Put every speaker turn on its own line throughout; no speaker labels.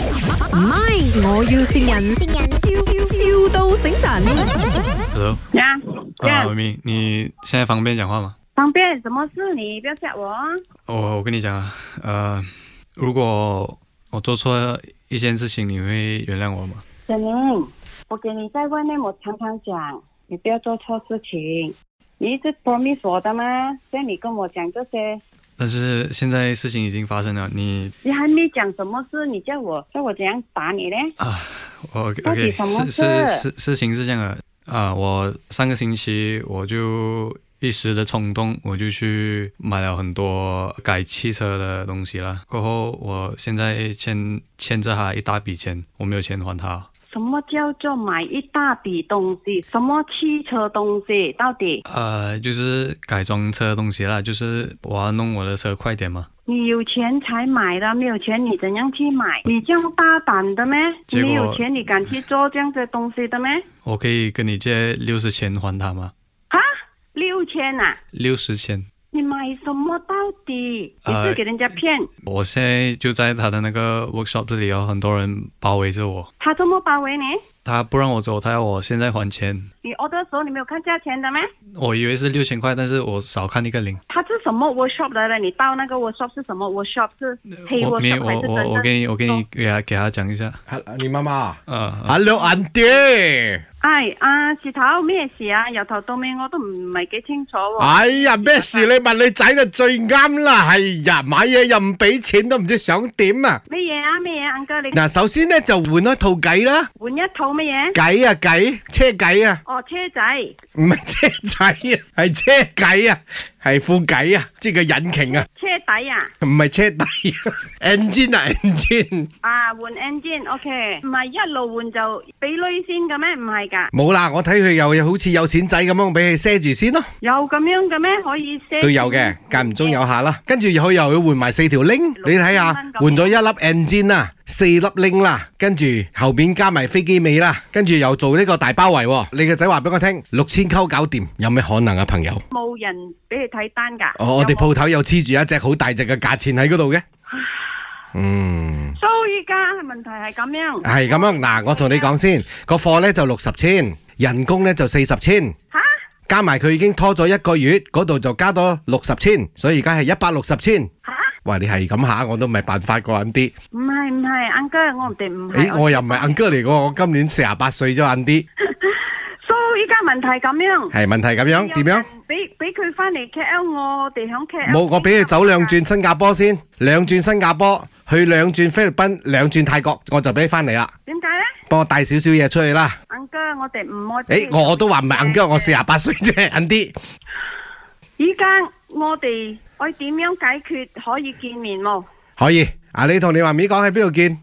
唔係，我要善人，笑笑到醒神。
Hello，
呀
啊，
呀
维，明，你现在方便讲话吗？
方便什么事？你不要吓我啊。
我我跟你讲啊，呃，如果我做错一件事情，你会原谅我吗？
小宁，我给你在外面，我常常讲，你不要做错事情。你一直 promise 我的吗？像你跟我讲这些，
但是现在事情已经发生了，你
你还没讲什么事，你叫我叫我怎样打你呢？
啊，我
到
OK，
底什
事
么事
事事事情是这样的啊，我上个星期我就一时的冲动，我就去买了很多改汽车的东西了。过后我现在欠欠着他一大笔钱，我没有钱还他
什么叫做买一大笔东西？什么汽车东西？到底
呃，就是改装车的东西啦，就是我要弄我的车快点嘛。
你有钱才买的，没有钱你怎样去买？你这样大胆的咩？
结果
你有钱你敢去做这样的东西的咩？
我可以跟你借六十千还他吗？
哈，六千啊！
六十千，
你买什么到底？你
呃
是给人家骗？
我现在就在他的那个 workshop 这里哦，很多人包围着我，
他这么包围你？
他不让我走，他要我现在还钱。
你 order 的时候你没有看价钱的吗？
我以为是六千块，但是我少看一个零。
他是什么 workshop 来的？你到那个 workshop 是什么 workshop？是黑
我没
workshop
我
还是真
我我
的？
给你我给你给
哦
他给他讲一下，
啊你妈妈
呃，
，Hello Auntie，
哎啊，事頭咩事啊？由頭到尾我都唔係幾清楚喎、
哎呀咩事？你問你仔就最啱啦，係呀買嘢又唔俾錢，都唔知想點啊！
咩嘢啊？咩嘢啊？哥，你
嗱，首先咧就換一套計啦，
換一套乜嘢？
計啊計，車計啊，
哦，車仔，
唔係車仔啊，係車計啊，係副計啊，即係個引擎啊，
車底啊！
唔係車底啊 engine 啊 engine，
啊，換 engine，OK，、唔係一路換就俾女先嘅咩？唔係㗎，
冇啦，我睇佢又好似有錢仔咁樣，俾佢賒住先咯，
有咁樣嘅咩？可以 set
都有嘅，間唔中有下啦，跟住佢又要換埋四條 link，你睇下
六千蚊咁
換咗一粒 engine 啦，四粒 link 啦，跟住後邊加埋飛機尾啦，跟住又做呢個大包圍喎，你個仔話俾我聽，六千溝搞掂，有咩可能啊朋友？
冇人俾你睇單㗎。
我我哋
有冇
鋪頭有黐住一隻好大隻嘅價錢喺嗰度嘅。嗯，
所以而家問題係咁樣。
係咁樣嗱，我同你講先，個貨呢就六十千，人工呢就四十千，
吓，
加埋佢已經拖咗一個月，嗰度就加多六十千，所以而家係一百六十千。
吓，
喂，你係咁下，我都唔係辦法過人啲。
唔係唔係，安哥，我哋唔
诶，
係。
我又唔係 uncle 嚟嘅，我今年四十八歲咗，硬啲
所以而家問題咁樣。
係問題咁樣點樣？？
俾俾佢翻嚟 K L，我哋響 K L。
冇，我俾佢走兩轉。新加坡先，兩轉新加坡，去兩轉菲律賓，兩轉泰國，我就俾佢翻嚟啦。
點解咧？
幫我帶少少嘢出去啦。
安哥，我哋唔愛。
诶，我都話唔係硬姜，我四廿八歲啫，硬啲。
依家我哋我點樣解決可以見面冇？
可以，啊，你同你媽咪講喺邊度見？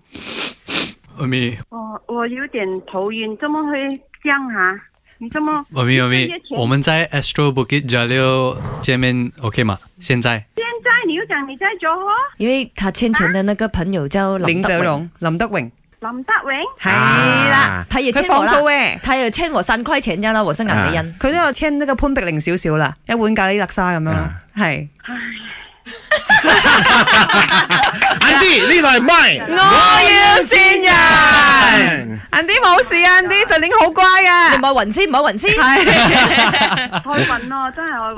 阿咪
我我有點頭暈，怎麼去鄉下？你怎麼？
阿咪阿咪
一个月，前
我们在 Astro Bukit Jalil 见面 OK 吗？现在
現在你要講你在做哦，
因為他欠錢的那個朋友叫林
林
德
德
榮，
榮、林德榮
林德榮。
係啦，
啊，
他也欠
佢
我
放
啦
數，嘅，啊
他有欠我三塊錢㗎啦，我是顏美欣。
佢都有簽呢個潘碧玲少少啦，一碗咖喱辣沙咁樣啦，係。
硬 啲，啊呢度係
我
mine。
要善人，銀啲冇事啊，銀啲就領好乖
你
啊
唔，好暈先，唔好暈先。
哎係。
我暈咯，真係我暈。
哦，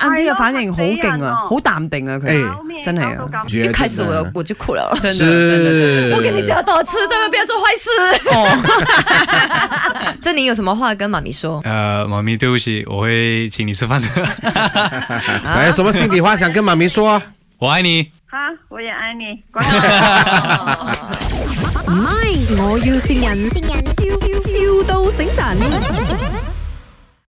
哎呦
啱啲嘅反應好勁啊，好淡定啊佢，
哎
搞咩
真係啊
搞到咁
覺
一
得
开始我有我就哭了，
真的哎真的真
是
我跟你讲多次，千万不要做坏事。
的哦，
这你有什么话跟妈咪说？
呃，妈咪，对不起，我会请你吃饭的，
哎，
啊
有什麼心底話想跟媽咪說啊？
我爱你。
好，我也爱你。
唔系，我要善人，笑笑到醒神。